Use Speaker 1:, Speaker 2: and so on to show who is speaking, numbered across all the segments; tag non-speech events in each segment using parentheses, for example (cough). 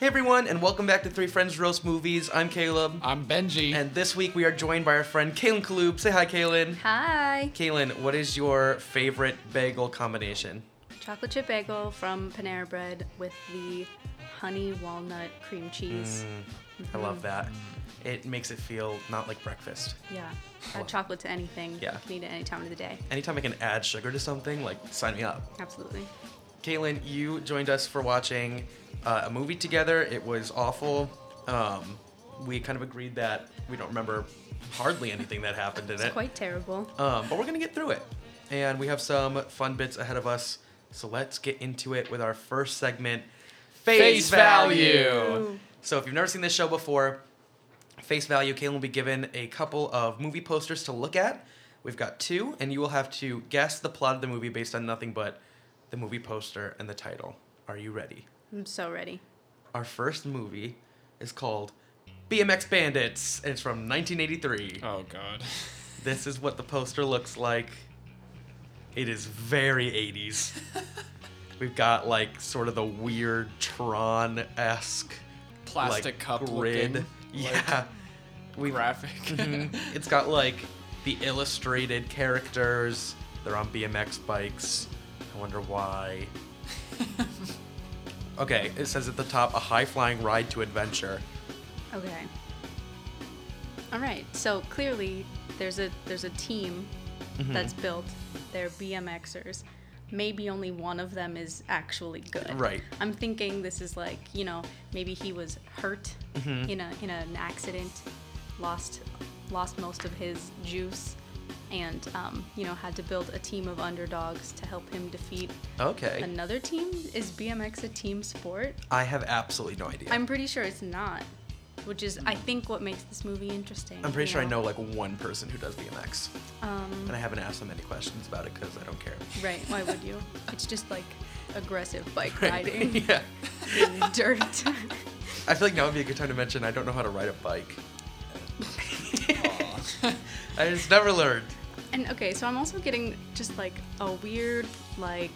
Speaker 1: Hey everyone, and welcome back to Three Friends Roast Movies. I'm Caleb,
Speaker 2: I'm Benji.
Speaker 1: and this week we are joined by our friend Kaylin Kaloob. Say hi, Kaylin.
Speaker 3: Hi,
Speaker 1: Kaylin, what is your favorite bagel combination?
Speaker 3: chocolate chip bagel from Panera Bread with the honey walnut cream cheese.
Speaker 1: Mm. I
Speaker 3: Mm-hmm.
Speaker 1: love that. It makes it feel not like breakfast.
Speaker 3: Yeah, add chocolate to anything.
Speaker 1: Yeah.
Speaker 3: you can eat it any time of the day.
Speaker 1: Anytime I can add sugar to something, like sign me up.
Speaker 3: Absolutely.
Speaker 1: Kaylin, you joined us for watching uh, a movie together. It was awful. Um, we kind of agreed that we don't remember hardly anything that happened in
Speaker 3: It's
Speaker 1: it.
Speaker 3: quite terrible.
Speaker 1: Um, but we're gonna get through it, and we have some fun bits ahead of us. So let's get into it with our first segment,
Speaker 2: Face value.
Speaker 3: Ooh.
Speaker 1: So if you've never seen this show before, face value, Kaylin will be given a couple of movie posters to look at. We've got two, and you will have to guess the plot of the movie based on nothing but the movie poster and the title. Are you ready?
Speaker 3: I'm so ready.
Speaker 1: Our first movie is called BMX Bandits, and it's from 1983.
Speaker 2: oh god.
Speaker 1: This is what the poster looks like. It is very
Speaker 2: (laughs)
Speaker 1: 80s. We've got like sort of the weird Tron esque
Speaker 2: (laughs) Plastic cup looking.
Speaker 1: (laughs) yeah.
Speaker 2: Like,
Speaker 1: We've-
Speaker 2: (laughs) graphic. (laughs)
Speaker 1: Mhm. (laughs)
Speaker 2: Mm-hmm.
Speaker 1: it's got like the illustrated characters. They're on BMX bikes. I wonder why.
Speaker 2: (laughs)
Speaker 1: Okay, it says at the top a high flying ride to adventure.
Speaker 3: Okay. All right. So clearly, there's a there's a team that's built. They're BMXers. Maybe only one of them is actually good.
Speaker 1: Right.
Speaker 3: I'm thinking this is like you know maybe he was hurt in a in an accident, lost lost most of his juice, and um, you know had to build a team of underdogs to help him defeat
Speaker 1: Okay.
Speaker 3: another team. Is BMX a team sport?
Speaker 1: I have absolutely no idea.
Speaker 3: I'm pretty sure it's not, which is I think what makes this movie interesting.
Speaker 1: I'm pretty
Speaker 3: you
Speaker 1: sure I know like one person who does BMX,
Speaker 3: Um,
Speaker 1: and I haven't asked them any questions about it because I don't care.
Speaker 3: right? Why would
Speaker 1: (laughs)
Speaker 3: you? It's just like aggressive bike
Speaker 1: Right.
Speaker 3: riding
Speaker 1: (laughs) yeah,
Speaker 3: in
Speaker 1: (laughs)
Speaker 3: dirt.
Speaker 1: I feel like now would be a good time to mention I don't know how to ride a bike.
Speaker 2: Aw.
Speaker 1: I just never learned.
Speaker 3: and okay, so I'm also getting just like a weird like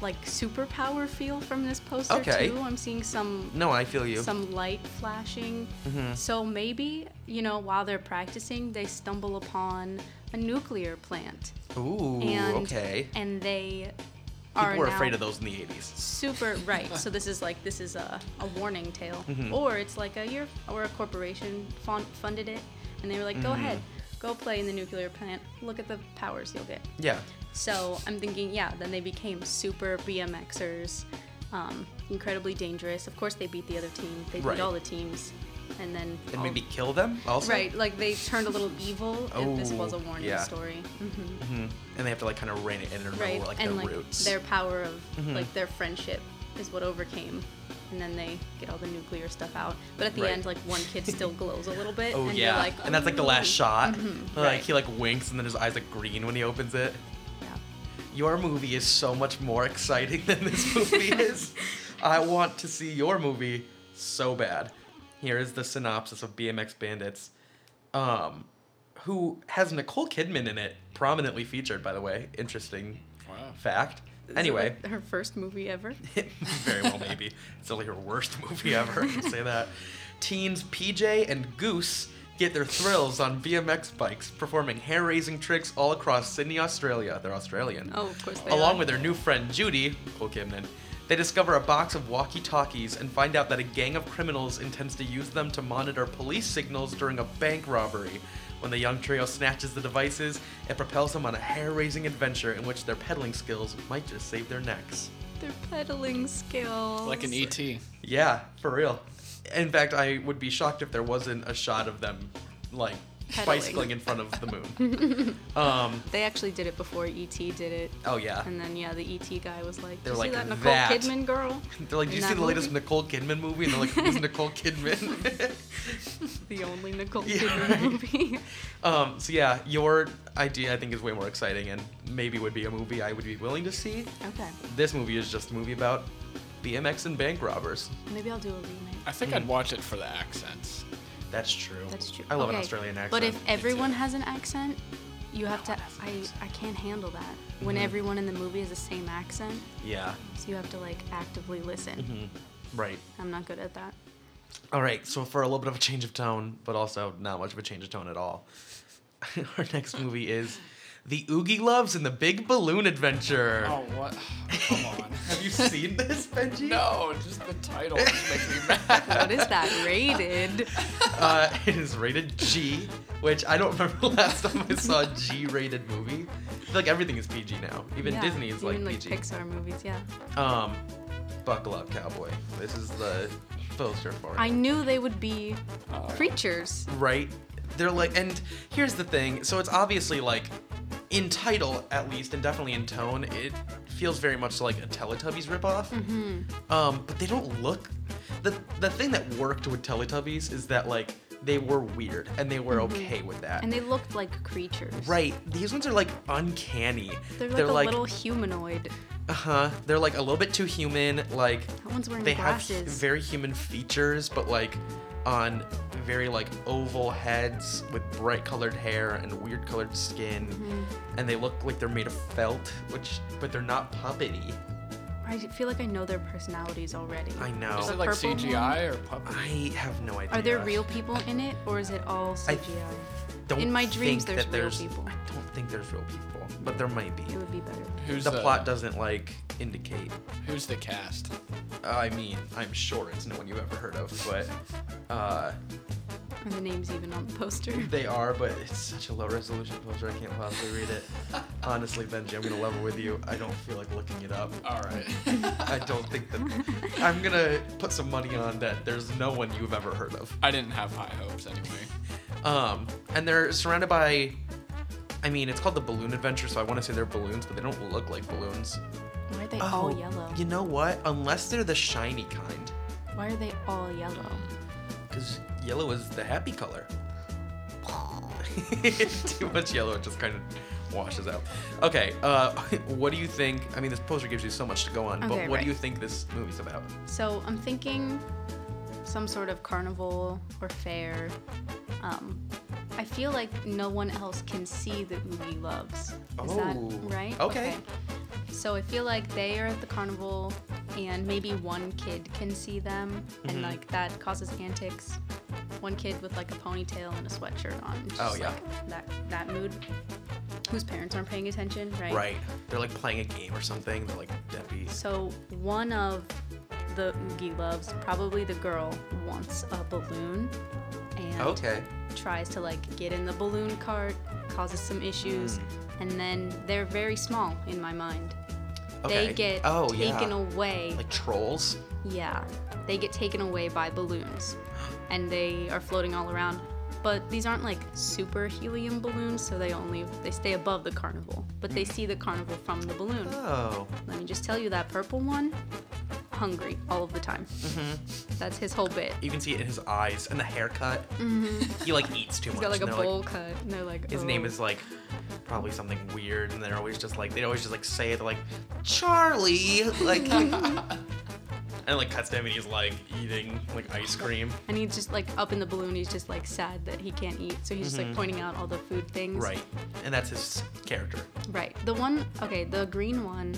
Speaker 3: like superpower feel from this poster
Speaker 1: Okay.
Speaker 3: too. I'm seeing some
Speaker 1: No, I feel you. Mm-hmm.
Speaker 3: some light flashing. So maybe, you know, while they're practicing, they stumble upon a nuclear plant.
Speaker 1: Ooh,
Speaker 3: and
Speaker 1: okay.
Speaker 3: and they are
Speaker 1: People were
Speaker 3: now
Speaker 1: afraid of those in the 80s.
Speaker 3: super
Speaker 1: (laughs)
Speaker 3: right so this is like this is a, a warning tale
Speaker 1: Mm-hmm.
Speaker 3: or it's like a year or a corporation fun, funded it and they were like go
Speaker 1: Mm-hmm.
Speaker 3: ahead go play in the nuclear plant look at the powers you'll get
Speaker 1: Yeah.
Speaker 3: so i'm thinking yeah then they became super bmxers um, incredibly dangerous of course they beat the other team they beat
Speaker 1: Right.
Speaker 3: all the teams and then
Speaker 1: And
Speaker 3: all-
Speaker 1: maybe
Speaker 2: Oh.
Speaker 1: kill them also.
Speaker 3: Oh. right like they turned a little evil if this
Speaker 1: Oh,
Speaker 3: was a warning
Speaker 1: yeah.
Speaker 3: story Mm-hmm.
Speaker 1: hmm And they have to like kind of rein it in and remember
Speaker 3: right
Speaker 1: like
Speaker 3: and
Speaker 1: their
Speaker 3: like
Speaker 1: roots. Mm-hmm.
Speaker 3: their power of like their friendship is what overcame and then they get all the nuclear stuff out but at the
Speaker 1: Right.
Speaker 3: end like one
Speaker 1: (laughs)
Speaker 3: kid still glows a little bit
Speaker 1: Oh
Speaker 3: and
Speaker 1: yeah.
Speaker 3: you're like "Mm-hmm."
Speaker 1: and that's like the last
Speaker 3: "Ooh."
Speaker 1: shot. Like
Speaker 3: right.
Speaker 1: he like winks and then his eyes like green when he opens it.
Speaker 3: yeah.
Speaker 1: Your movie is so much more exciting (laughs) than this movie is. I want to see your movie so bad. Here is the synopsis of BMX Bandits, um, who has Nicole Kidman in it, prominently featured, by the way. Interesting
Speaker 2: wow.
Speaker 1: fact.
Speaker 3: Is it,
Speaker 1: Anyway,
Speaker 3: like, her first movie ever
Speaker 1: (laughs) very well maybe. It's only her worst movie ever. I can say
Speaker 3: (laughs)
Speaker 1: that. Teens PJ and Goose get their thrills on BMX bikes, performing hair-raising tricks all across Sydney, Australia. They're Australian.
Speaker 3: oh of course they
Speaker 1: Along
Speaker 3: are.
Speaker 1: with their new friend Judy, Cole Kimnan, they discover a box of walkie talkies and find out that a gang of criminals intends to use them to monitor police signals during a bank robbery. When the young trio snatches the devices, it propels them on a hair raising adventure in which their pedaling skills might just save their necks.
Speaker 3: their pedaling skills
Speaker 2: Like an E ET.
Speaker 1: Yeah, for real. In fact, I would be shocked if there wasn't a shot of them, like,
Speaker 3: Pedaling.
Speaker 1: bicycling in front of the moon.
Speaker 3: (laughs)
Speaker 1: um,
Speaker 3: they actually did it before et did it
Speaker 1: oh, yeah.
Speaker 3: and then yeah the et guy was like
Speaker 1: They're like,
Speaker 3: Did you see that nicole
Speaker 1: "That." (laughs)
Speaker 3: kidman girl
Speaker 1: They're like,
Speaker 3: in
Speaker 1: do you see
Speaker 3: that
Speaker 1: the latest
Speaker 3: movie?
Speaker 1: Nicole Kidman movie? And they're like, who's
Speaker 3: (laughs)
Speaker 1: Nicole Kidman? (laughs)
Speaker 3: the only nicole
Speaker 1: Yeah,
Speaker 3: kidman
Speaker 1: right.
Speaker 3: movie (laughs)
Speaker 1: um, so yeah, your idea I think is way more exciting and maybe would be a movie I would be willing to see.
Speaker 3: okay
Speaker 1: This movie is just a movie about BMX and bank robbers.
Speaker 3: maybe i'll do a remake
Speaker 2: I think I'd watch it for the accents.
Speaker 1: That's true.
Speaker 3: That's true.
Speaker 1: I love an
Speaker 3: Okay,
Speaker 1: Australian accent.
Speaker 3: But if everyone
Speaker 2: too.
Speaker 3: has an accent, you have to. I, I can't handle that.
Speaker 1: Mm-hmm.
Speaker 3: When everyone in the movie has the same accent,
Speaker 1: yeah. Mm-hmm.
Speaker 3: so you have to like actively listen.
Speaker 1: Right.
Speaker 3: I'm not good at that.
Speaker 1: All right, so for a little bit of a change of tone, but also not much of a change of tone at all, (laughs) our next movie is The Oogie Loves and the Big Balloon Adventure.
Speaker 2: Oh, what?
Speaker 1: (laughs)
Speaker 2: Come on.
Speaker 1: Have you seen this, Benji?
Speaker 2: (laughs) No, just the title just
Speaker 1: (laughs)
Speaker 2: makes me mad.
Speaker 3: What is that rated?
Speaker 1: Uh, it is rated G, which I don't remember the last time I saw a G rated movie. I feel like everything is PG now. Even
Speaker 3: Yeah,
Speaker 1: Disney is like
Speaker 3: even like
Speaker 1: PG.
Speaker 3: Pixar movies. Yeah,
Speaker 1: Um, buckle up, cowboy. This is the poster for it.
Speaker 3: I knew they would be
Speaker 1: Uh,
Speaker 2: Oh.
Speaker 3: creatures.
Speaker 1: right? They're like, and here's the thing. So it's obviously like, in title at least, and definitely in tone, it feels very much like a Teletubbies ripoff.
Speaker 3: Mm-hmm.
Speaker 1: Um, but they don't look. The the thing that worked with Teletubbies is that like they were weird and they were okay with that.
Speaker 3: Mm-hmm. And they looked like creatures.
Speaker 1: right. These ones are like uncanny.
Speaker 3: They're like a little humanoid.
Speaker 1: uh huh. They're like a little bit too human. Like
Speaker 3: That one's wearing
Speaker 1: they have
Speaker 3: glasses.
Speaker 1: very human features, but like on very like oval heads with bright colored hair and weird colored skin,
Speaker 3: Mm-hmm.
Speaker 1: and they look like they're made of felt, which but they're not puppety.
Speaker 3: I feel like I know their personalities already.
Speaker 1: I know.
Speaker 2: Is
Speaker 3: The
Speaker 2: it like
Speaker 3: purple
Speaker 2: CGI or puppet?
Speaker 1: I have no idea.
Speaker 3: Are there real people in it, or is it all
Speaker 1: I
Speaker 3: CGI?
Speaker 1: Don't
Speaker 3: in my dreams,
Speaker 1: think
Speaker 3: there's
Speaker 1: that
Speaker 3: real people.
Speaker 1: I don't think there's real people, but there might be.
Speaker 3: It would be better.
Speaker 2: Who's
Speaker 1: the plot doesn't like indicate.
Speaker 2: Who's the cast?
Speaker 1: I mean, I'm sure it's no one you've ever heard of, but uh,
Speaker 3: Are the names even on the poster?
Speaker 1: They are, but it's such a low resolution poster. I can't possibly (laughs) read it. Honestly, Benji, I'm gonna level with you. I don't feel like looking it up.
Speaker 2: All right.
Speaker 1: (laughs)
Speaker 2: (laughs)
Speaker 1: I don't think that. (laughs) I'm gonna put some money on that. There's no one you've ever heard of.
Speaker 2: I didn't have high hopes anyway.
Speaker 1: Um, and they're surrounded by. I mean, it's called the Balloon Adventure, so I want to say they're balloons, but they don't look like balloons.
Speaker 3: Why are they all yellow?
Speaker 1: Oh, You know what? Unless they're the shiny kind,
Speaker 3: Why are they all yellow?
Speaker 1: because yellow is the happy
Speaker 3: (laughs)
Speaker 1: color. (laughs) too much yellow it just kind of washes out okay uh (laughs) what do you think i mean this poster gives you so much to go on but
Speaker 3: Okay,
Speaker 1: what
Speaker 3: right.
Speaker 1: do you think this movie's about
Speaker 3: So I'm thinking some sort of carnival or fair. Um, I feel like no one else can see the Oogie Loves. Is that
Speaker 1: Oh,
Speaker 3: right?
Speaker 1: okay.
Speaker 3: So I feel like they are at the carnival and maybe one kid can see them
Speaker 1: Mm-hmm.
Speaker 3: and like that causes antics. One kid with like a ponytail and a sweatshirt on. just,
Speaker 1: Oh, yeah.
Speaker 3: like, that that mood. Whose parents aren't paying attention, right?
Speaker 1: right they're like playing a game or something they're like deputies
Speaker 3: So one of the Oogie loves, probably the girl, wants a balloon and
Speaker 1: oh, okay
Speaker 3: tries to like get in the balloon cart, causes some issues,
Speaker 1: Hmm.
Speaker 3: and then they're very small in my mind.
Speaker 1: okay
Speaker 3: They get
Speaker 1: oh
Speaker 3: taken
Speaker 1: yeah
Speaker 3: away.
Speaker 1: like trolls
Speaker 3: yeah. They get taken away by balloons and they are floating all around. But these aren't like super helium balloons, so they only they stay above the carnival. But
Speaker 1: Hmm.
Speaker 3: they see the carnival from the balloon.
Speaker 1: oh
Speaker 3: Let me just tell you that purple one, hungry all of the time.
Speaker 1: Mm-hmm.
Speaker 3: That's his whole bit.
Speaker 1: you can see it in his eyes and the haircut he like eats too
Speaker 3: Mm-hmm.
Speaker 1: much
Speaker 3: He's got like a
Speaker 1: and they're
Speaker 3: bowl cut, and they're like,
Speaker 1: his
Speaker 3: "Oh."
Speaker 1: name is like probably something weird and they're always just like they always just like say it they're like charlie
Speaker 2: (laughs)
Speaker 1: like and like cuts to him and he's like eating like ice cream
Speaker 3: And he's just like up in the balloon. He's just like sad that he can't eat, so he's just like pointing out all the food things.
Speaker 1: Mm-hmm. right and that's his character
Speaker 3: Right. The one, okay, the green one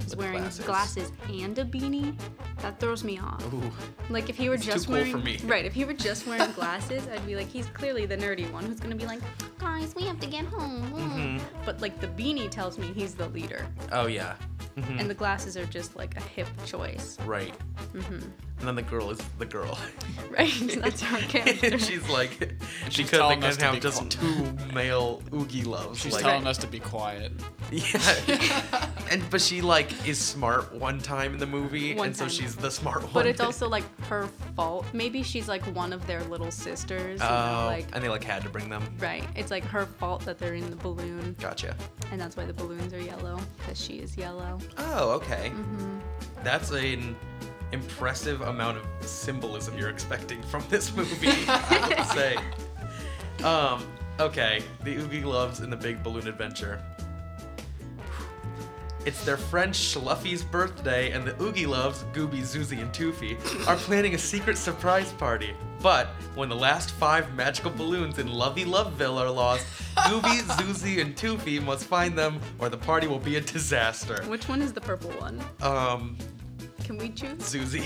Speaker 3: is
Speaker 1: With
Speaker 3: wearing
Speaker 1: glasses.
Speaker 3: glasses. and a beanie. That throws me off.
Speaker 1: Ooh.
Speaker 3: Like if he were
Speaker 1: It's too
Speaker 3: just
Speaker 1: cool
Speaker 3: wearing
Speaker 1: for me.
Speaker 3: right, if he were just
Speaker 1: (laughs)
Speaker 3: wearing glasses, I'd be like, he's clearly the nerdy one who's gonna be like, guys, we have to get home.
Speaker 1: Mm-hmm.
Speaker 3: But like the beanie tells me he's the leader,
Speaker 1: oh yeah
Speaker 3: and the glasses are just like a hip choice, (laughs)
Speaker 1: right
Speaker 3: Mm-hmm.
Speaker 1: and then the girl is the girl (laughs)
Speaker 3: right? So That's our character.
Speaker 1: she's like she
Speaker 2: She's
Speaker 1: could they
Speaker 2: telling us
Speaker 1: could
Speaker 2: to
Speaker 1: have
Speaker 2: be
Speaker 1: just
Speaker 2: calm.
Speaker 1: two male oogie loves
Speaker 2: She's
Speaker 1: like
Speaker 2: telling us to be quiet.
Speaker 1: (laughs)
Speaker 2: (laughs)
Speaker 1: yeah and but she like is smart one time in the movie
Speaker 3: One
Speaker 1: and so
Speaker 3: time.
Speaker 1: she's the smart one
Speaker 3: but it's also like her fault. Maybe she's like one of their little sisters. You know,
Speaker 1: Oh,
Speaker 3: like
Speaker 1: and they like had to bring them
Speaker 3: right, it's like her fault that they're in the balloon,
Speaker 1: gotcha
Speaker 3: and that's why the balloons are yellow because she is yellow.
Speaker 1: Oh, okay. That's an impressive amount of symbolism you're expecting from this movie. I would say. Um, okay, the Oogie Loves and the Big Balloon Adventure. It's their friend Schluffy's birthday, and the Oogie Loves, Gooby, Zuzi, and Toofy are planning a secret surprise party. But when the last five magical balloons in Lovey Loveville are lost, Gooby, Zuzi, and Toofy must find them, or the party will be a disaster. Uh,
Speaker 3: Which one is the purple one?
Speaker 1: Um,
Speaker 3: Can we choose?
Speaker 1: Zuzi.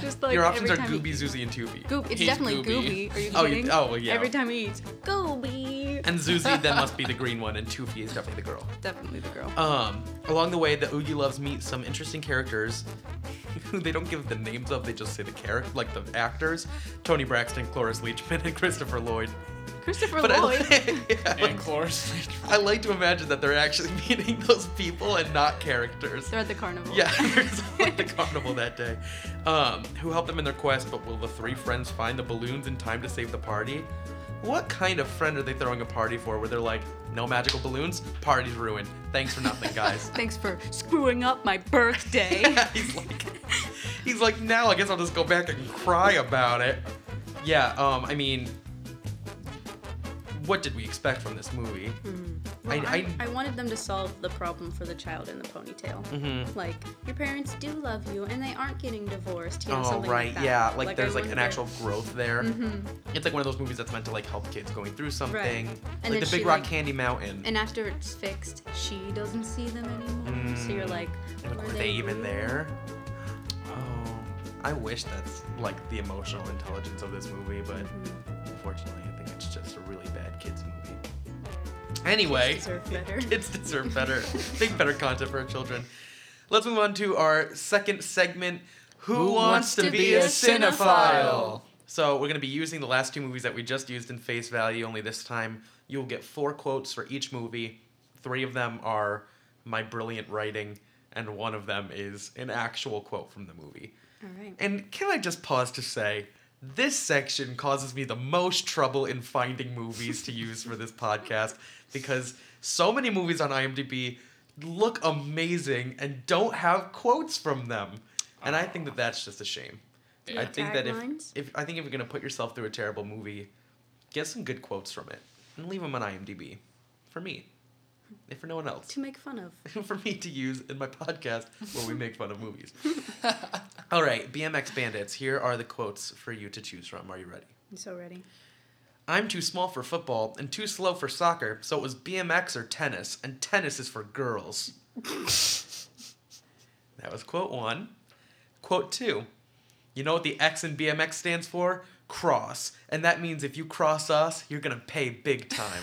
Speaker 3: Just (laughs) like
Speaker 1: Your options are
Speaker 3: every time he-
Speaker 1: Gooby, Zuzi, and Tubi.
Speaker 3: Goop. It's
Speaker 2: He's
Speaker 3: definitely
Speaker 2: Gooby.
Speaker 3: Gooby. Are you
Speaker 1: Oh, you-
Speaker 3: kidding?
Speaker 1: oh, well, yeah.
Speaker 3: Every time he eats, Gooby.
Speaker 1: And Zuzi then must be the green one, and Tufi is definitely the girl.
Speaker 3: definitely the girl.
Speaker 1: Um, along the way, the Oogie Loves meet some interesting characters (laughs) who they don't give the names of, they just say the character, like the actors Tony Braxton, Cloris Leachman, and (laughs) Christopher Lloyd.
Speaker 3: Christopher
Speaker 1: I,
Speaker 3: Lloyd.
Speaker 1: (laughs) yeah, I
Speaker 2: And
Speaker 1: like,
Speaker 2: (laughs) Cloris.
Speaker 1: I like to imagine that they're actually (laughs) meeting those people and not characters.
Speaker 3: They're at the
Speaker 1: (laughs)
Speaker 3: carnival.
Speaker 1: Yeah, there's at the carnival that day. Um, who helped them in their quest, but will the three friends find the balloons in time to save the party? What kind of friend are they throwing a party for where they're like, no magical balloons? Party's ruined. Thanks for nothing,
Speaker 3: (laughs)
Speaker 1: guys. (laughs)
Speaker 3: Thanks for screwing up my birthday.
Speaker 1: he's like He's like, now I guess I'll just go back and cry about it. Yeah, um, I mean what did we expect from this movie?
Speaker 3: Hmm. Well,
Speaker 1: I-
Speaker 3: I, I, wanted them to solve the problem for the child in the ponytail.
Speaker 1: Mm-hmm.
Speaker 3: Like, your parents do love you and they aren't getting divorced. You know,
Speaker 1: Oh
Speaker 3: something
Speaker 1: right,
Speaker 3: like that.
Speaker 1: yeah. Like,
Speaker 3: I
Speaker 1: there's like an
Speaker 3: wanted
Speaker 1: actual
Speaker 3: to-
Speaker 1: growth there. It's like one of those movies that's meant to like help kids going through something.
Speaker 3: And
Speaker 1: like
Speaker 3: then
Speaker 1: the Big
Speaker 3: she,
Speaker 1: Rock
Speaker 3: like-
Speaker 1: Candy Mountain.
Speaker 3: And after it's fixed, she doesn't see them anymore. So you're like,
Speaker 1: Mm. And, like, were they, even there? Oh, I wish that's like the emotional intelligence of this movie, but
Speaker 3: Mm-hmm.
Speaker 1: unfortunately, I think it's just a really bad kids movie. Anyway,
Speaker 3: deserve better.
Speaker 1: (laughs) kids deserve
Speaker 3: (laughs)
Speaker 1: better. Make better content for our children. Let's move on to our second segment. Who, wants, to, be, a cinephile?
Speaker 2: cinephile?
Speaker 1: So we're going to be using the last two movies that we just used in face value. Only this time, you'll get four quotes for each movie. Three of them are my brilliant writing, and one of them is an actual quote from the movie.
Speaker 3: All right.
Speaker 1: And can I just pause to say, this section causes me the most trouble in finding movies to use for this podcast because so many movies on IMDb look amazing and don't have quotes from them. And I think that that's just a shame. I
Speaker 2: Yeah.
Speaker 1: think that if,
Speaker 3: Taglines?
Speaker 1: if I think if you're going to put yourself through a terrible movie, get some good quotes from it and leave them on IMDb for me, if for no one else
Speaker 3: To make fun
Speaker 1: (laughs)
Speaker 3: of.
Speaker 1: for me to use in my podcast where we make fun of movies. All right, BMX Bandits, here are the quotes for you to choose from. Are you ready?
Speaker 3: I'm so ready.
Speaker 1: I'm too small for football and too slow for soccer, so it was BMX or tennis, and tennis is for girls. (laughs) that was quote one. Quote two You know what the X in BMX stands for? Cross. And that means if you cross us, you're gonna pay big time.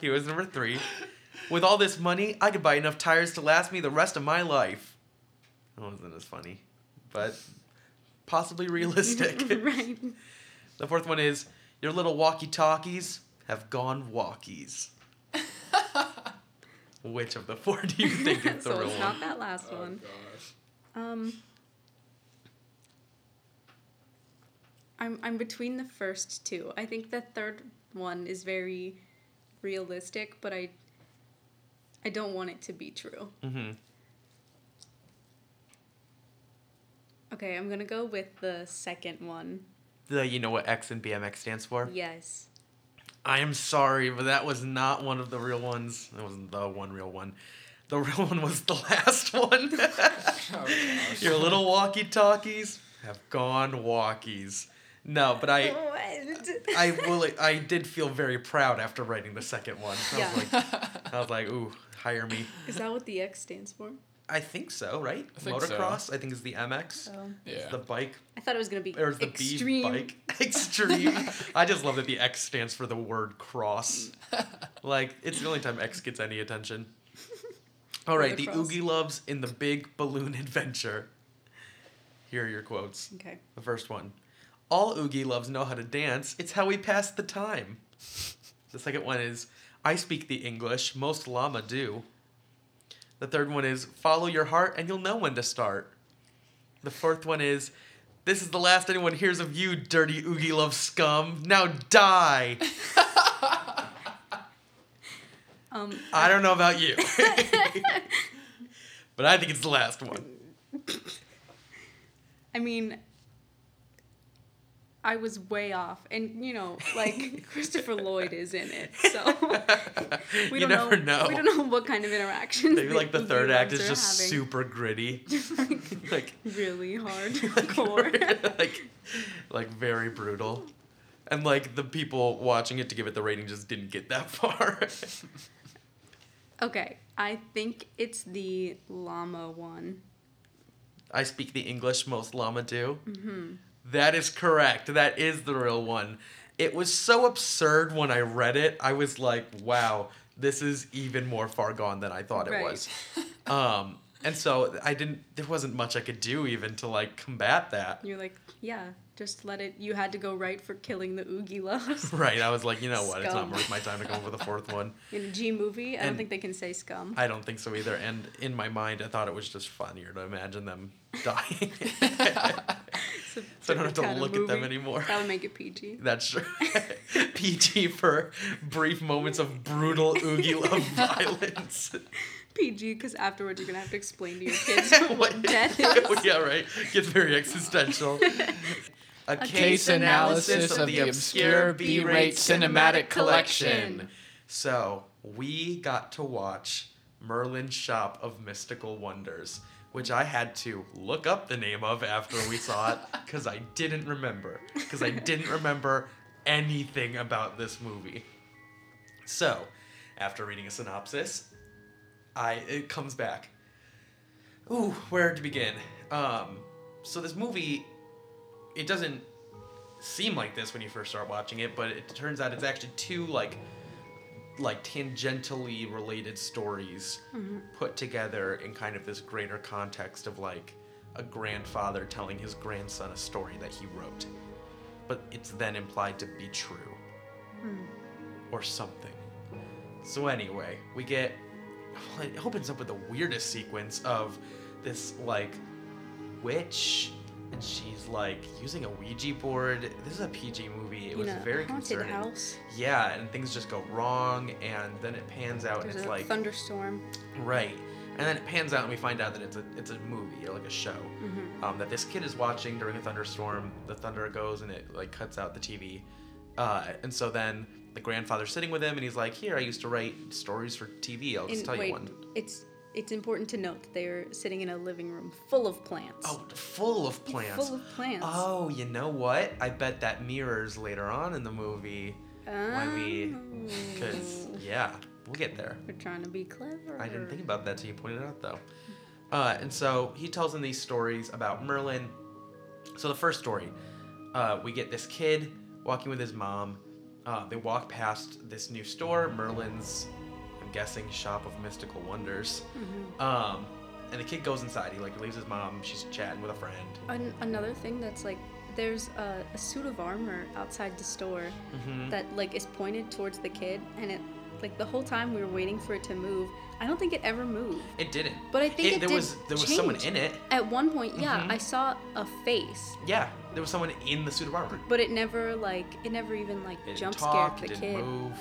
Speaker 1: Here was number three. With all this money, I could buy enough tires to last me the rest of my life. That wasn't as funny, but
Speaker 3: (laughs)
Speaker 1: possibly realistic.
Speaker 3: right.
Speaker 1: The fourth one is your little walkie talkies have gone
Speaker 3: (laughs)
Speaker 1: walkies. Which of the four do you think is the
Speaker 3: (laughs) so
Speaker 1: real
Speaker 3: it's
Speaker 1: one?
Speaker 3: not that last
Speaker 2: Oh,
Speaker 3: one.
Speaker 2: gosh.
Speaker 3: Um, I'm I'm between the first two. I think the third one is very realistic, but I I don't want it to be true.
Speaker 1: Mm-hmm.
Speaker 3: Okay, I'm gonna go with the second one.
Speaker 1: The you know what X and BMX stands for?
Speaker 3: Yes.
Speaker 1: I am sorry, but that was not one of the real ones. That wasn't the one real one. The real one was the last one. (laughs)
Speaker 2: Oh, gosh.
Speaker 1: your little walkie talkies have gone walkies. No, but (laughs) I I will I did feel very proud after writing the second one. I
Speaker 3: Yeah.
Speaker 1: was like I was like, ooh, hire me.
Speaker 3: Is that what the X stands for?
Speaker 1: I think so, right?
Speaker 2: I think so.
Speaker 1: Motocross, I think is the MX.
Speaker 3: Oh.
Speaker 2: (laughs) yeah.
Speaker 1: The bike
Speaker 3: I thought it was gonna be
Speaker 1: or the
Speaker 3: extreme.
Speaker 1: B bike. (laughs) Extreme. I just love that the X stands for the word cross.
Speaker 2: (laughs)
Speaker 1: like it's the only time X gets any attention. All
Speaker 3: Or
Speaker 1: right,
Speaker 3: the
Speaker 1: the
Speaker 3: cross.
Speaker 1: Oogie loves in the big balloon adventure. Here are your quotes.
Speaker 3: Okay.
Speaker 1: The first one. All Oogie loves know how to dance. It's how we pass the time. The second one is I speak the English. Most llama do. The third one is follow your heart and you'll know when to start. The fourth one is this is the last anyone hears of you, dirty Oogie love scum. Now die.
Speaker 3: Um,
Speaker 1: I don't know about
Speaker 3: (laughs)
Speaker 1: you. but I think it's the last one.
Speaker 3: I mean, I was way off, and you know,
Speaker 1: (laughs)
Speaker 3: like Christopher Lloyd is in it, so
Speaker 1: (laughs)
Speaker 3: we
Speaker 1: you
Speaker 3: don't
Speaker 1: never
Speaker 3: know,
Speaker 1: know.
Speaker 3: We don't know what kind of interactions.
Speaker 1: Maybe like the
Speaker 3: Oogie
Speaker 1: third act
Speaker 3: Loves
Speaker 1: is
Speaker 3: are
Speaker 1: just
Speaker 3: having.
Speaker 1: super
Speaker 3: (laughs)
Speaker 1: gritty. like
Speaker 3: really hard
Speaker 1: (laughs) like,
Speaker 3: core.
Speaker 1: like like very brutal. And like the (laughs) people watching it to give it the rating just didn't get that far.
Speaker 3: okay, I think it's the llama one.
Speaker 1: I speak the English most llama do.
Speaker 3: Mm-hmm.
Speaker 1: That is correct. That is the real one. It was so absurd when I read it. I was like, wow, this is even more far gone than I thought it
Speaker 3: Right.
Speaker 1: was. Um, and so I didn't, there wasn't much I could do even to like combat that.
Speaker 3: (laughs) You're like, yeah, just let it. You had to go right for killing the Oogie
Speaker 1: (laughs)
Speaker 3: Loves.
Speaker 1: Right. I was like, you know what? It's not
Speaker 3: Scum.
Speaker 1: worth my time to come up with a
Speaker 3: (laughs)
Speaker 1: fourth one.
Speaker 3: In a G movie, I
Speaker 1: And-
Speaker 3: don't think they can say scum.
Speaker 1: I don't think so either. And in my mind, I thought it was just funnier to imagine
Speaker 3: (laughs)
Speaker 1: them dying. so
Speaker 3: It's a
Speaker 1: I don't have
Speaker 3: different
Speaker 1: to
Speaker 3: kind of
Speaker 1: look at them
Speaker 3: movie.
Speaker 1: anymore.
Speaker 3: That would make it PG.
Speaker 1: That's true. (laughs) PG for brief moments of brutal oogie
Speaker 3: (laughs)
Speaker 1: love violence.
Speaker 3: PG, because afterwards you're gonna have to
Speaker 1: (laughs)
Speaker 3: explain to your kids
Speaker 1: What-
Speaker 3: what (laughs) death
Speaker 1: (laughs)
Speaker 3: is.
Speaker 1: yeah, right. Gets very
Speaker 3: (laughs)
Speaker 1: existential. A,
Speaker 3: case analysis of
Speaker 1: the obscure B-rate
Speaker 3: cinematic collection.
Speaker 1: So we got to watch Merlin's Shop of Mystical Wonders, which I had to look up the name of after we saw it because I didn't remember. Because I didn't remember anything about this movie. So, after reading a synopsis, I it comes back. Ooh, where to begin? Um, so this movie, it doesn't seem like this when you first start watching it, but it turns out it's actually two like like tangentially related stories
Speaker 3: Mm-hmm.
Speaker 1: put together in kind of this greater context of like a grandfather telling his grandson a story that he wrote, but it's then implied to be true
Speaker 3: Hmm.
Speaker 1: or something. So anyway, we get well, it opens up with the weirdest sequence of this like witch and she's like using a Ouija board. This is a PG movie. It
Speaker 3: In
Speaker 1: was
Speaker 3: a
Speaker 1: very
Speaker 3: haunted
Speaker 1: concerning.
Speaker 3: house.
Speaker 1: Yeah, and things just go wrong, and then it pans out,
Speaker 3: There's
Speaker 1: and it's
Speaker 3: a
Speaker 1: like
Speaker 3: thunderstorm.
Speaker 1: right, and then it pans out, and we find out that it's a it's a movie or like a show
Speaker 3: Mm-hmm.
Speaker 1: um, that this kid is watching during a thunderstorm. The thunder goes, and it like cuts out the TV, uh, and so then the grandfather's sitting with him, and he's like, "Here, I used to write stories for TV. I'll just
Speaker 3: And
Speaker 1: tell
Speaker 3: wait,
Speaker 1: you one."
Speaker 3: it's it's important to note that they are sitting in a living room full of plants.
Speaker 1: Oh, full of plants.
Speaker 3: Full of plants.
Speaker 1: Oh, you know what? I bet that mirrors later on in the movie. Why we?
Speaker 3: Um,
Speaker 1: Because
Speaker 3: Oh.
Speaker 1: yeah, we'll get there.
Speaker 3: We're trying to be clever.
Speaker 1: I didn't think about that till
Speaker 3: Mm.
Speaker 1: you pointed it out, though. Uh, and so he tells them these stories about Merlin. So the first story, uh, we get this kid walking with his mom. Uh, they walk past this new store, Merlin's, I'm guessing, shop of mystical wonders.
Speaker 3: Mm-hmm.
Speaker 1: Um, and the kid goes inside. He like leaves his mom. She's chatting with a friend.
Speaker 3: An- another thing that's like there's a, a suit of armor outside the store
Speaker 1: Mm-hmm.
Speaker 3: that like is pointed towards the kid, and it like the whole time we were waiting for it to move. I don't think it ever moved.
Speaker 1: It didn't.
Speaker 3: But I think it
Speaker 1: there
Speaker 3: did
Speaker 1: was there was someone in
Speaker 3: change.
Speaker 1: it. Mm-hmm.
Speaker 3: At one point, yeah, I saw a face,
Speaker 1: Yeah, there was someone in the suit of armor.
Speaker 3: but it never like it never even like
Speaker 1: It didn't
Speaker 3: jump
Speaker 1: talk.
Speaker 3: scared
Speaker 1: it
Speaker 3: the
Speaker 1: didn't
Speaker 3: kid.
Speaker 1: move.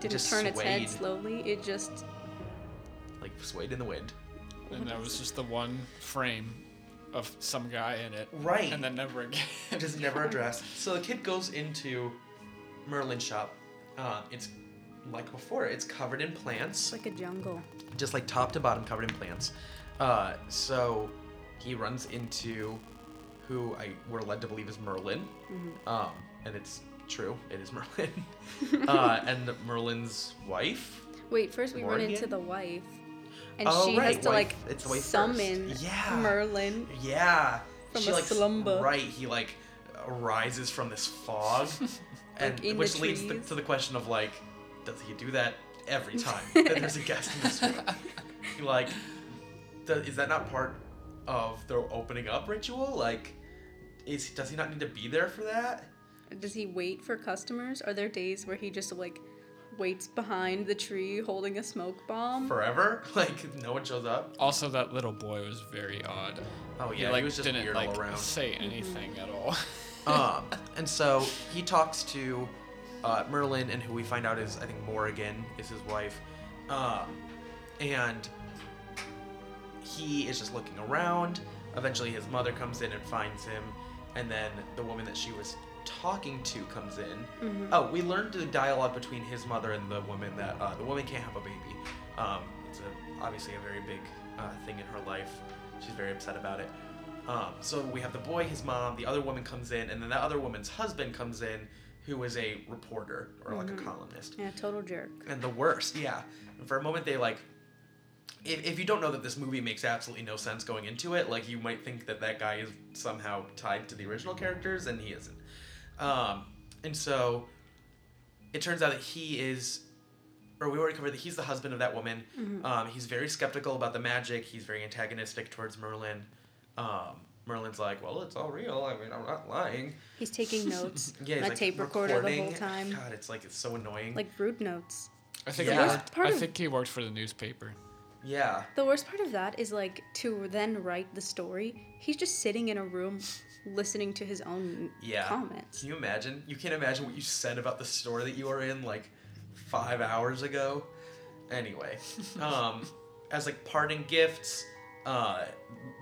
Speaker 3: Didn't
Speaker 1: just
Speaker 3: turn its head
Speaker 1: swayed.
Speaker 3: slowly. It just
Speaker 1: Like swayed in the wind.
Speaker 2: And that was just the one frame of some guy in it.
Speaker 1: Right.
Speaker 2: And then never again.
Speaker 1: just never addressed. So the kid goes into Merlin's shop. Uh, it's like before, it's covered in plants,
Speaker 3: it's like a jungle.
Speaker 1: just like top to bottom covered in plants. Uh, so he runs into who I we're led to believe is Merlin, um, and it's true, it is (laughs) Merlin, uh, and Merlin's wife.
Speaker 3: Wait, first we run
Speaker 1: Morgan?
Speaker 3: into the wife, and
Speaker 1: Oh,
Speaker 3: she
Speaker 1: right,
Speaker 3: has to
Speaker 1: wife-
Speaker 3: like
Speaker 1: it's the wife first.
Speaker 3: summon
Speaker 1: Yeah.
Speaker 3: Merlin.
Speaker 1: Yeah,
Speaker 3: From
Speaker 1: she
Speaker 3: a
Speaker 1: like
Speaker 3: slumber.
Speaker 1: Right, he like arises from this
Speaker 3: (laughs)
Speaker 1: fog, and
Speaker 3: in the
Speaker 1: which leads the,
Speaker 3: trees.
Speaker 1: to the question of like, does he do that
Speaker 3: (laughs)
Speaker 1: every time that there's a guest in this room? He, like, does, is that not part of the opening up ritual? Like, is does he not need to be there for that?
Speaker 3: Does he wait for customers? Are there days where he just like waits behind the tree holding a smoke bomb?
Speaker 1: Forever? (laughs) Like, no one shows up?
Speaker 2: (laughs) Also, that little boy was very odd.
Speaker 1: Oh, yeah,
Speaker 2: he, like,
Speaker 1: he was just
Speaker 2: didn't
Speaker 1: weird
Speaker 2: like
Speaker 1: all around.
Speaker 2: say
Speaker 3: Mm-hmm.
Speaker 2: anything at all. (laughs)
Speaker 1: um, and so he talks to uh, Merlin, and who we find out is I think Morrigan is his wife, um, and he is just looking around. Eventually, his mother comes in and finds him, and then the woman that she was talking to comes in. Oh, we learned the dialogue between his mother and the woman that uh, the woman can't have a baby. Um, it's a, obviously a very big uh, thing in her life. She's very upset about it. Um, so we have the boy, his mom, the other woman comes in, and then that other woman's husband comes in, who is a reporter or like a columnist
Speaker 3: Yeah, total jerk.
Speaker 1: and the worst. Yeah. And for a moment, they like if, if you don't know that this movie makes absolutely no sense going into it, like you might think that that guy is somehow tied to the original characters, and he isn't. Um, and so it turns out that he is, or we already covered that he's the husband of that woman.
Speaker 3: Mm-hmm.
Speaker 1: Um, he's very skeptical about the magic. He's very antagonistic towards Merlin. Um, Merlin's like, well, it's all real. I mean, I'm not lying. (laughs)
Speaker 3: He's taking notes
Speaker 1: Yeah, he's
Speaker 3: on a
Speaker 1: like
Speaker 3: tape recorder the whole
Speaker 1: recording.
Speaker 3: time.
Speaker 1: God, it's like it's so annoying.
Speaker 3: Like rude notes.
Speaker 2: I think
Speaker 1: Yeah.
Speaker 2: he
Speaker 1: That's
Speaker 2: worked,
Speaker 3: part
Speaker 2: I
Speaker 3: of-
Speaker 2: think he worked for the newspaper.
Speaker 1: yeah.
Speaker 3: The worst part of that is like to then write the story. He's just sitting in a room listening to his own
Speaker 1: Yeah.
Speaker 3: comments.
Speaker 1: Can you imagine? You can't imagine what you said about the store that you are in like five hours ago.
Speaker 3: (laughs)
Speaker 1: Anyway, um, as like parting gifts, uh,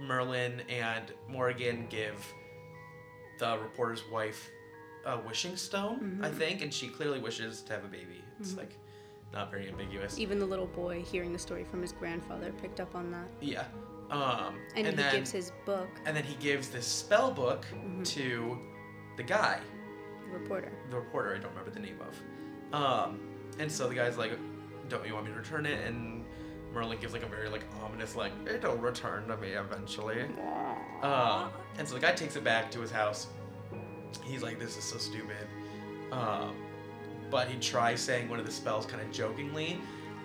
Speaker 1: Merlin and Morgan give the reporter's wife a wishing stone, I
Speaker 3: Mm-hmm.
Speaker 1: think, and she clearly wishes to have a baby. It's like not very ambiguous.
Speaker 3: Even the little boy hearing the story from his grandfather picked up on that.
Speaker 1: Yeah. Um,
Speaker 3: And, he
Speaker 1: then
Speaker 3: gives his Mm-hmm. book,
Speaker 1: and then he gives this spell book to the guy
Speaker 3: the reporter.
Speaker 1: the reporter I don't remember the name of. Um, and so the guy's like, "Don't you want me to return it?" And Merlin gives like a very like ominous like, "It'll return to me eventually." Um, and so the guy takes it back to his house. He's like, "This is so stupid," um, but he tries saying one of the spells kind of jokingly,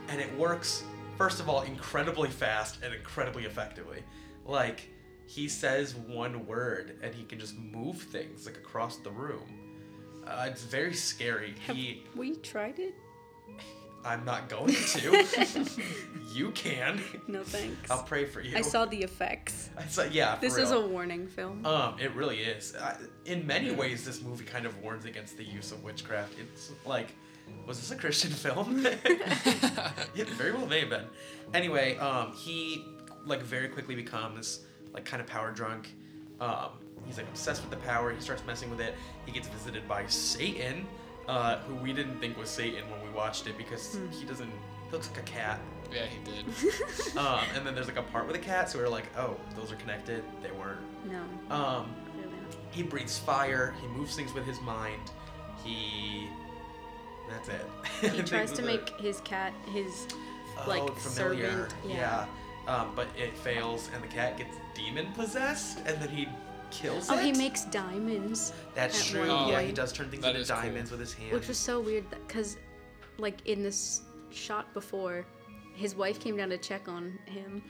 Speaker 1: and it works. First of all, incredibly fast and incredibly effectively. Like he says one word and he can just move things like across the room. Uh, it's very scary. He,
Speaker 3: We tried it?
Speaker 1: I'm not going
Speaker 3: (laughs)
Speaker 1: to. you can.
Speaker 3: No thanks.
Speaker 1: I'll pray for you.
Speaker 3: I saw the effects.
Speaker 1: I saw- yeah. For
Speaker 3: This is a
Speaker 1: real.
Speaker 3: warning film.
Speaker 1: Um, it really is. I, in many ways, this movie kind of warns against the use of witchcraft. It's like, was this a Christian (laughs) film? it very well may have been. Anyway, um, he like very quickly becomes like kind of power drunk. Um, he's like obsessed with the power. He starts messing with it. He gets visited by Satan, uh, who we didn't think was Satan when we watched it because he doesn't. He looks like a cat.
Speaker 2: Yeah, he
Speaker 3: (laughs)
Speaker 2: did.
Speaker 1: Um, and then there's like a part with a cat, so we we're like, oh, those are connected. They weren't.
Speaker 3: no,
Speaker 1: Um,
Speaker 3: clearly
Speaker 1: (laughs)
Speaker 3: not.
Speaker 1: he breathes fire. He moves things with his mind. He. That's it. (laughs)
Speaker 3: He
Speaker 1: Things
Speaker 3: tries
Speaker 1: with
Speaker 3: to
Speaker 1: the-
Speaker 3: make his cat his
Speaker 1: oh,
Speaker 3: like
Speaker 1: familiar.
Speaker 3: servant.
Speaker 1: Yeah. Um, but it fails, and the cat gets demon possessed, and then he kills
Speaker 3: Oh,
Speaker 1: it.
Speaker 3: he makes diamonds.
Speaker 1: That's
Speaker 3: at
Speaker 1: true.
Speaker 3: one
Speaker 1: yeah,
Speaker 3: point.
Speaker 1: he does turn things
Speaker 2: That
Speaker 1: into
Speaker 2: is cool.
Speaker 1: diamonds with his hand.
Speaker 3: Which was so weird because, like, in this shot before, his wife came down to check on him,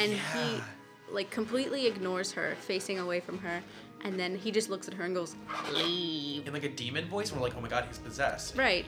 Speaker 3: and
Speaker 1: Yeah.
Speaker 3: he, like, completely ignores her, facing away from her, and then he just looks at her and goes, "Leave."
Speaker 1: in like a demon voice, and we're like, oh my god, he's possessed.
Speaker 3: Right.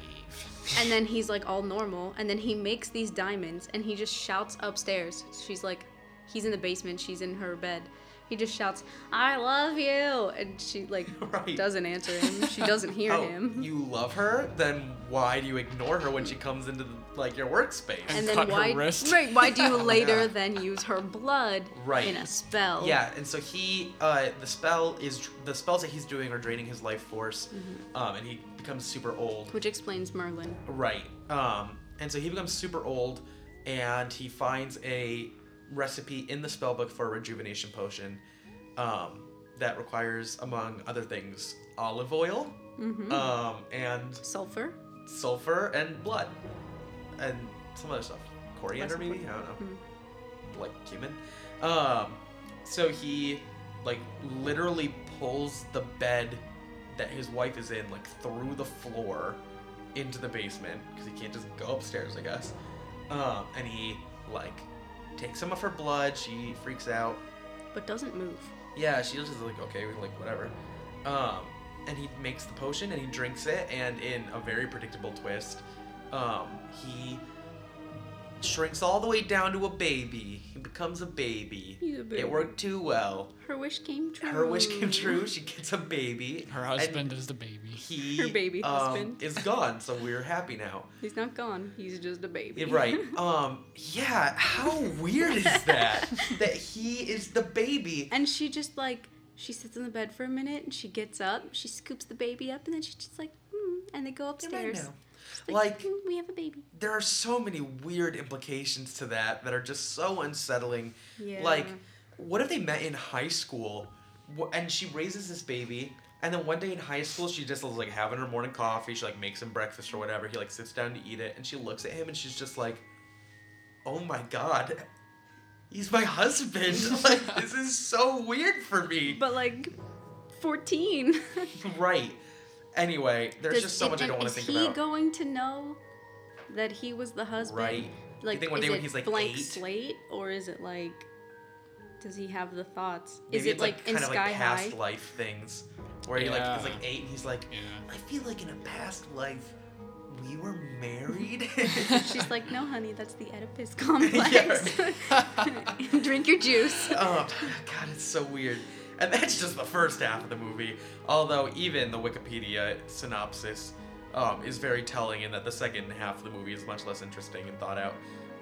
Speaker 3: And then he's like all normal, and then he makes these diamonds, and he just shouts upstairs. She's like, he's in the basement, she's in her bed. He just shouts, "I love you," and she like
Speaker 1: (laughs) Right.
Speaker 3: doesn't answer him. She doesn't hear
Speaker 1: Oh,
Speaker 3: him.
Speaker 1: you love her? Then why do you ignore her when she comes into the, like your workspace?
Speaker 3: and
Speaker 2: and
Speaker 3: then
Speaker 2: cut her
Speaker 3: why
Speaker 2: wrist.
Speaker 3: right why do you
Speaker 1: (laughs)
Speaker 3: later
Speaker 1: yeah.
Speaker 3: then use her blood
Speaker 1: Right.
Speaker 3: in a spell
Speaker 1: Yeah, and so he, uh, the spell is the spells that he's doing are draining his life force, um, and he becomes super old.
Speaker 3: which explains merlin
Speaker 1: Right. Um, and so he becomes super old, and he finds a recipe in the spellbook for a rejuvenation potion um, that requires, among other things, olive oil, um, and
Speaker 3: sulfur
Speaker 1: sulfur, and blood, and some other stuff. Coriander,
Speaker 3: Less
Speaker 1: maybe? I don't know like cumin. Um, so he like literally pulls the bed that his wife is in like through the floor into the basement because he can't just go upstairs, I guess. Um, and he like takes some of her blood. She freaks out.
Speaker 3: but doesn't move
Speaker 1: Yeah, she just is like okay, we like whatever. Um, and he makes the potion and he drinks it, and in a very predictable twist, um, he shrinks all the way down to a baby. He becomes a baby.
Speaker 3: He's a baby. Oh.
Speaker 1: It worked too well.
Speaker 3: her wish came true
Speaker 1: Her wish came true. She gets a baby.
Speaker 2: Her
Speaker 1: and
Speaker 2: husband is the baby.
Speaker 1: He,
Speaker 3: (laughs) Her baby
Speaker 1: um,
Speaker 3: husband.
Speaker 1: is gone, so we're happy
Speaker 3: (laughs)
Speaker 1: now.
Speaker 3: (laughs) he's not gone he's just a baby
Speaker 1: Yeah, Right. Um. Yeah. How weird is
Speaker 3: (laughs)
Speaker 1: that? that he is the baby.
Speaker 3: (laughs) and she just like she sits in the bed for a minute and she gets up she scoops the baby up and then she's just like mm, and they go
Speaker 1: You're right
Speaker 3: upstairs
Speaker 1: now.
Speaker 3: She's
Speaker 1: Like-
Speaker 3: "Mm, we have a baby
Speaker 1: there are so many weird implications to that that are just so unsettling.
Speaker 3: Yeah.
Speaker 1: Like, what if they met in high school wh- and she raises this baby? And then one day in high school, she just is like having her morning coffee. She like makes him breakfast or whatever. He like sits down to eat it, and she looks at him and she's just like, "Oh my god, he's my husband. (laughs) like this is so weird for me.
Speaker 3: But like 14. (laughs)
Speaker 1: right. Anyway, there's
Speaker 3: Does-
Speaker 1: just so
Speaker 3: and-
Speaker 1: much I
Speaker 3: and
Speaker 1: don't want to
Speaker 3: Is
Speaker 1: think
Speaker 3: he
Speaker 1: about.
Speaker 3: going to know that he was the husband?
Speaker 1: Right.
Speaker 3: Like,
Speaker 1: think one
Speaker 3: is
Speaker 1: day when
Speaker 3: it
Speaker 1: he's, like,
Speaker 3: blank
Speaker 1: eight?
Speaker 3: slate, or is it like, does he have the thoughts?
Speaker 1: Maybe
Speaker 3: is it
Speaker 1: it's like,
Speaker 3: in
Speaker 1: kind of
Speaker 3: Sky
Speaker 1: like past
Speaker 3: High?
Speaker 1: life things, where he like he's
Speaker 2: Yeah.
Speaker 1: like eight and he's like,
Speaker 2: Yeah.
Speaker 1: I feel like in a past life we were
Speaker 3: (laughs)
Speaker 1: married.
Speaker 3: (laughs)
Speaker 1: (laughs)
Speaker 3: She's like, no, honey, that's the Oedipus (laughs)
Speaker 1: Yeah,
Speaker 3: complex. (laughs) Drink your juice.
Speaker 1: (laughs) oh god it's so weird and that's just the first half of the movie although even the wikipedia synopsis um, is very telling in that the second half of the movie is much less interesting and thought out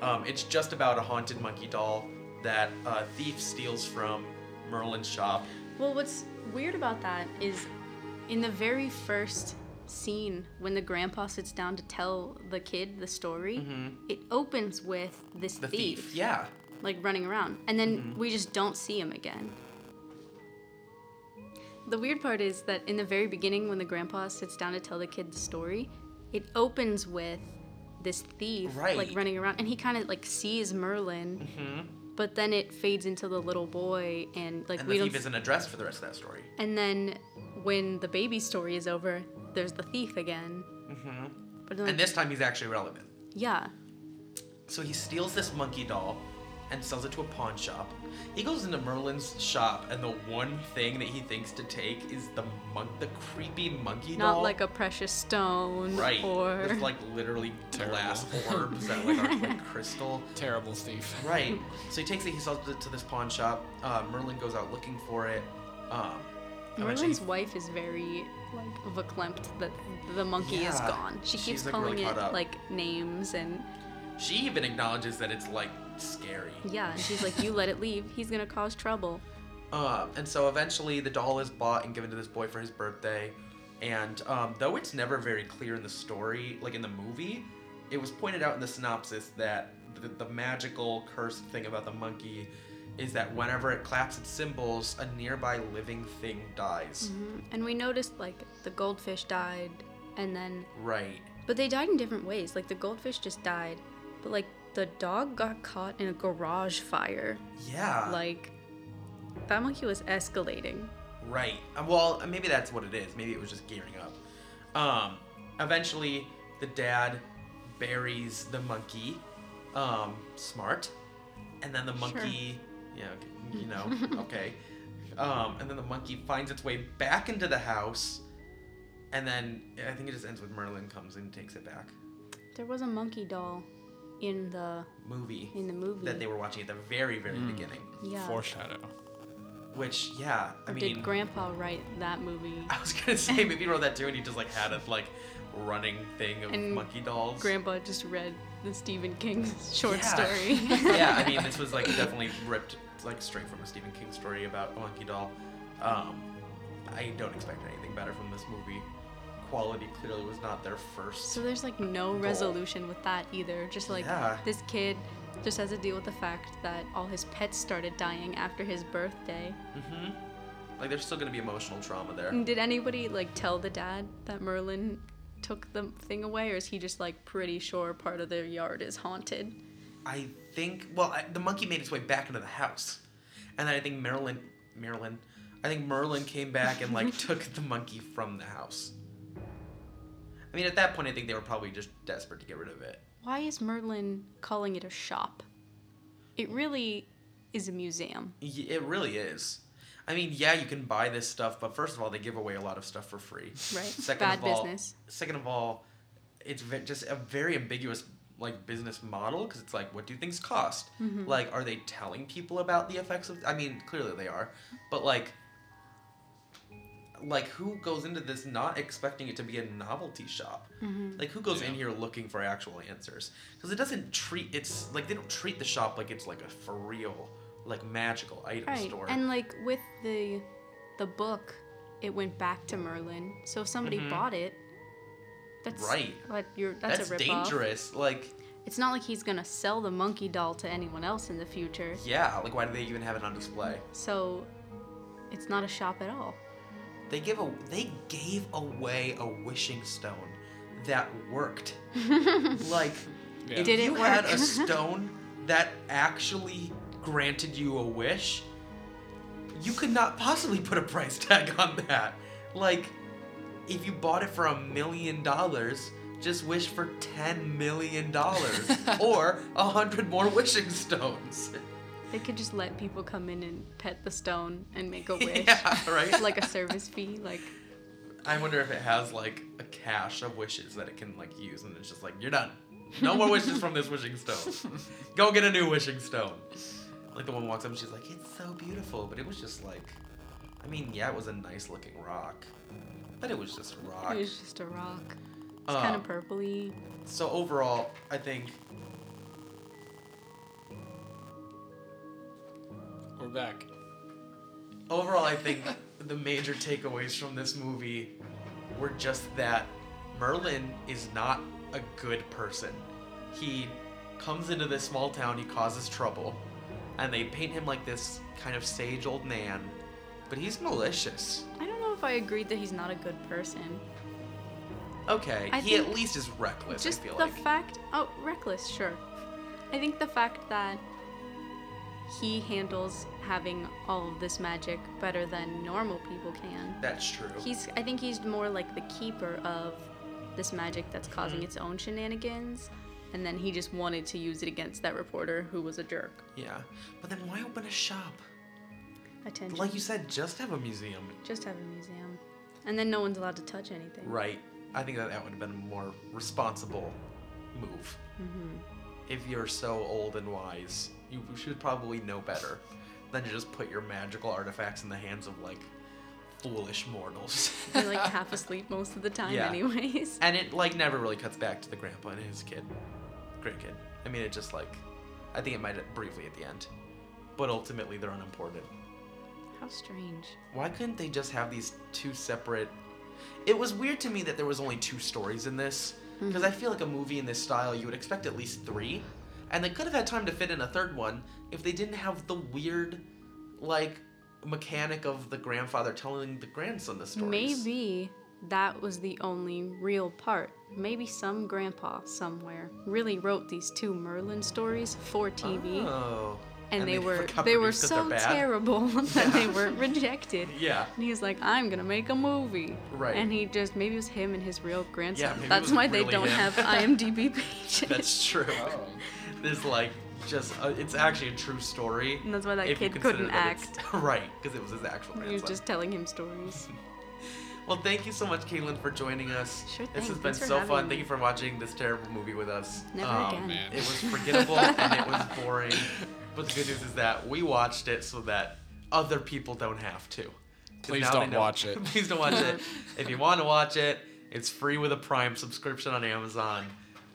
Speaker 1: um, it's just about a haunted monkey doll that a thief steals from merlin's shop
Speaker 3: Well, what's weird about that is in the very first scene when the grandpa sits down to tell the kid the story, it opens with this
Speaker 1: Mm-hmm. the thief, yeah
Speaker 3: like running around. And then
Speaker 1: Mm-hmm.
Speaker 3: we just don't see him again. The weird part is that in the very beginning, when the grandpa sits down to tell the kid the story, it opens with this thief
Speaker 1: Right. Mm-hmm.
Speaker 3: like running around, and he kind of like sees Merlin, but then it fades into the little boy, and like
Speaker 1: and
Speaker 3: we
Speaker 1: the
Speaker 3: don't.
Speaker 1: thief isn't addressed for the rest of that story
Speaker 3: and then when the baby story is over, there's the thief again. Mm-hmm. But then,
Speaker 1: and this time he's actually relevant
Speaker 3: yeah,
Speaker 1: So he steals this monkey doll and sells it to a pawn shop. He goes into Merlin's shop, and the one thing that he thinks to take is the mon- the creepy monkey
Speaker 3: not
Speaker 1: doll.
Speaker 3: like a precious stone
Speaker 1: right
Speaker 3: or
Speaker 1: with like literally
Speaker 2: Terrible.
Speaker 1: glass orbs that like are
Speaker 3: (laughs)
Speaker 1: like crystal.
Speaker 2: Terrible thief.
Speaker 1: Right. So he takes it. He sells it to this pawn shop. Uh, Merlin goes out looking for it. Um, eventually he
Speaker 3: Merlin's wife is very like verklempt that the monkey is
Speaker 1: Yeah,
Speaker 3: gone. She
Speaker 1: she's,
Speaker 3: keeps
Speaker 1: like,
Speaker 3: calling
Speaker 1: really
Speaker 3: it
Speaker 1: caught up.
Speaker 3: like names and
Speaker 1: She even acknowledges that it's like scary.
Speaker 3: yeah, and she's like, "You let it leave. He's gonna cause trouble."
Speaker 1: Uh, and so eventually the doll is bought and given to this boy for his birthday. And um, though it's never very clear in the story, like in the movie, it was pointed out in the synopsis that the, the magical cursed thing about the monkey is that whenever it claps its cymbals, a nearby living thing dies.
Speaker 3: And we noticed like the goldfish died, and then
Speaker 1: Right.
Speaker 3: but they died in different ways. Like the goldfish just died, but like the dog got caught in a garage fire.
Speaker 1: Yeah.
Speaker 3: Like that monkey was escalating.
Speaker 1: Right. Uh, Well, maybe that's what it is. Maybe it was just gearing up. Um, eventually, the dad buries the monkey. Um, smart. And then the monkey, yeah, okay,
Speaker 3: (laughs)
Speaker 1: you know, okay. Um, and then the monkey finds its way back into the house. And then I think it just ends with Merlin comes and takes it back.
Speaker 3: There was a monkey doll in the
Speaker 1: Movie
Speaker 3: in the movie.
Speaker 1: that they were watching at the very, very beginning.
Speaker 3: yeah.
Speaker 2: Foreshadow.
Speaker 1: Which, yeah, I
Speaker 3: Or
Speaker 1: mean.
Speaker 3: did Grandpa write that movie?
Speaker 1: (laughs) I was gonna say maybe he wrote that too, and he just like had a like running thing of
Speaker 3: And
Speaker 1: monkey dolls.
Speaker 3: Grandpa just read the Stephen King (laughs) short
Speaker 1: Yeah.
Speaker 3: story.
Speaker 1: (laughs) yeah, I
Speaker 3: (laughs)
Speaker 1: mean this was like definitely ripped like straight from a Stephen King story about a monkey doll. Um, I don't expect anything better from this movie. Quality clearly was not their first.
Speaker 3: so there's like no resolution with that either. Just like
Speaker 1: Yeah.
Speaker 3: this kid just has to deal with the fact that all his pets started dying after his birthday.
Speaker 1: Like there's still gonna be emotional trauma there.
Speaker 3: And did anybody like tell the dad that Merlin took the thing away, or is he just like pretty sure part of their yard is haunted?
Speaker 1: I think well I, the monkey made its way back into the house, and then I think Marilyn Marilyn, I think Merlin came back and like took the monkey from the house. I mean at that point I think they were probably just desperate to get rid of it.
Speaker 3: Why is Merlin calling it a shop? It really is a museum.
Speaker 1: Y- It really is. I mean, yeah, you can buy this stuff, but first of all, they give away a lot of stuff for free.
Speaker 3: Right.
Speaker 1: Second
Speaker 3: Bad
Speaker 1: of all,
Speaker 3: business.
Speaker 1: Second of all, it's ve- just a very ambiguous like business model because it's like, what do things cost?
Speaker 3: Mm-hmm.
Speaker 1: Like, are they telling people about the effects of? I mean, clearly they are, but like, like who goes into this not expecting it to be a novelty shop?
Speaker 3: Mm-hmm.
Speaker 1: Like, who goes in here looking for actual answers? Because it doesn't treat it's like they don't treat the shop like it's like a for real like magical item
Speaker 3: Right.
Speaker 1: store.
Speaker 3: And like with the the book, it went back to Merlin. So if somebody bought it, that's
Speaker 1: Mm-hmm. Right.
Speaker 3: What you're that's,
Speaker 1: that's
Speaker 3: a rip
Speaker 1: dangerous. Like,
Speaker 3: It's not like he's gonna sell the monkey doll to anyone else in the future.
Speaker 1: yeah, like why do they even have it on display?
Speaker 3: So it's not a shop at all.
Speaker 1: They give a they gave away a wishing stone that
Speaker 3: (laughs)
Speaker 1: worked. like
Speaker 2: Yeah.
Speaker 1: if
Speaker 3: Did it
Speaker 1: you had
Speaker 3: (laughs) work?
Speaker 1: a stone that actually granted you a wish, you could not possibly put a price tag on that. Like, if you bought it for a million dollars, just wish for ten million
Speaker 3: (laughs)
Speaker 1: dollars or a hundred more wishing stones.
Speaker 3: They could just let people come in and pet the stone
Speaker 1: (laughs)
Speaker 3: and make a wish.
Speaker 1: yeah, right.
Speaker 3: Like a service fee, like
Speaker 1: I wonder if it has like a cache of wishes that it can like use, and it's just like you're done. No more wishes from this wishing stone. Go get a new wishing stone. Like the one walks up and she's like, "It's so beautiful," but it was just like, I mean, yeah, it was a nice looking rock, but it was just a rock.
Speaker 3: it was just a rock. It's
Speaker 1: Uh,
Speaker 3: kind of purpley.
Speaker 1: So overall, I think
Speaker 2: We're back.
Speaker 1: overall, I think the major takeaways from this movie were just that Merlin is not a good person. He comes into this small town, he causes trouble, and they paint him like this kind of sage old man, but he's malicious.
Speaker 3: I don't know if I agreed that he's not a good person.
Speaker 1: Okay,
Speaker 3: I
Speaker 1: he at
Speaker 3: think
Speaker 1: least is reckless,
Speaker 3: just
Speaker 1: I feel
Speaker 3: the
Speaker 1: like.
Speaker 3: fact oh reckless sure i think the fact that he handles having all of this magic better than normal people can
Speaker 1: That's true.
Speaker 3: he's i think he's more like the keeper of this magic that's
Speaker 1: Mm-hmm.
Speaker 3: causing its own shenanigans and then he just wanted to use it against that reporter who was a jerk
Speaker 1: yeah. But then why open a shop?
Speaker 3: attention
Speaker 1: Like you said, just have a museum.
Speaker 3: just have a museum and then no one's allowed to touch anything
Speaker 1: Right. I think that that would have been a more responsible move. If you're so old and wise, you should probably know better than to just put your magical artifacts in the hands of like foolish mortals. (laughs)
Speaker 3: They're, like half asleep most of the time
Speaker 1: Yeah.
Speaker 3: anyways (laughs)
Speaker 1: and it like never really cuts back to the grandpa and his kid, grandkid. I mean, it just like, I think it might briefly at the end, but ultimately they're unimportant.
Speaker 3: how strange
Speaker 1: Why couldn't they just have these two separate? It was weird to me that there was only two stories in this because
Speaker 3: Mm-hmm.
Speaker 1: I feel like a movie in this style you would expect at least three, and they could have had time to fit in a third one if they didn't have the weird, like, mechanic of the grandfather telling the grandson the stories.
Speaker 3: Maybe that was the only real part. Maybe some grandpa somewhere really wrote these two Merlin stories for TV,
Speaker 1: Oh.
Speaker 3: and, they, were
Speaker 1: got
Speaker 3: they were
Speaker 1: produced 'cause they're
Speaker 3: so
Speaker 1: bad?
Speaker 3: terrible (laughs) that they weren't rejected.
Speaker 1: Yeah.
Speaker 3: And he's like, I'm gonna make a movie.
Speaker 1: Right.
Speaker 3: And he just maybe it was him and his real grandson.
Speaker 1: maybe it
Speaker 3: That's
Speaker 1: was
Speaker 3: why they
Speaker 1: really
Speaker 3: don't
Speaker 1: him. (laughs)
Speaker 3: have IMDb pages.
Speaker 1: That's true. (laughs)
Speaker 2: Oh.
Speaker 1: There's like just uh, it's actually a true story.
Speaker 3: And that's why that
Speaker 1: if you
Speaker 3: kid
Speaker 1: consider
Speaker 3: couldn't
Speaker 1: that it's- (laughs) Right, because it was his actual
Speaker 3: (laughs) he was
Speaker 1: grandson.
Speaker 3: just telling him stories.
Speaker 1: Well, thank you so much, Caitlin, for joining us.
Speaker 3: Sure
Speaker 1: This
Speaker 3: thing.
Speaker 1: has been
Speaker 3: Thanks for
Speaker 1: so
Speaker 3: having
Speaker 1: fun.
Speaker 3: me.
Speaker 1: Thank you for watching this terrible movie with us. Um,
Speaker 3: Never again.
Speaker 2: man.
Speaker 1: It was forgettable
Speaker 3: (laughs)
Speaker 1: and it was boring. But the good news is that we watched it so that other people don't have to. 'Cause
Speaker 2: Please
Speaker 1: now they
Speaker 2: don't
Speaker 1: know-
Speaker 2: watch it.
Speaker 1: (laughs) Please don't watch it. If you want to watch it, it's free with a Prime subscription on Amazon.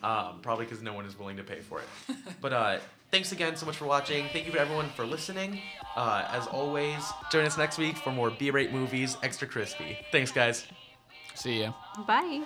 Speaker 1: Um, probably because no one is willing to pay for it. But uh, thanks again so much for watching. Thank you for everyone for listening. Uh, as always, join us next week for more B-rate movies, extra crispy. Thanks, guys.
Speaker 2: See ya.
Speaker 3: Bye.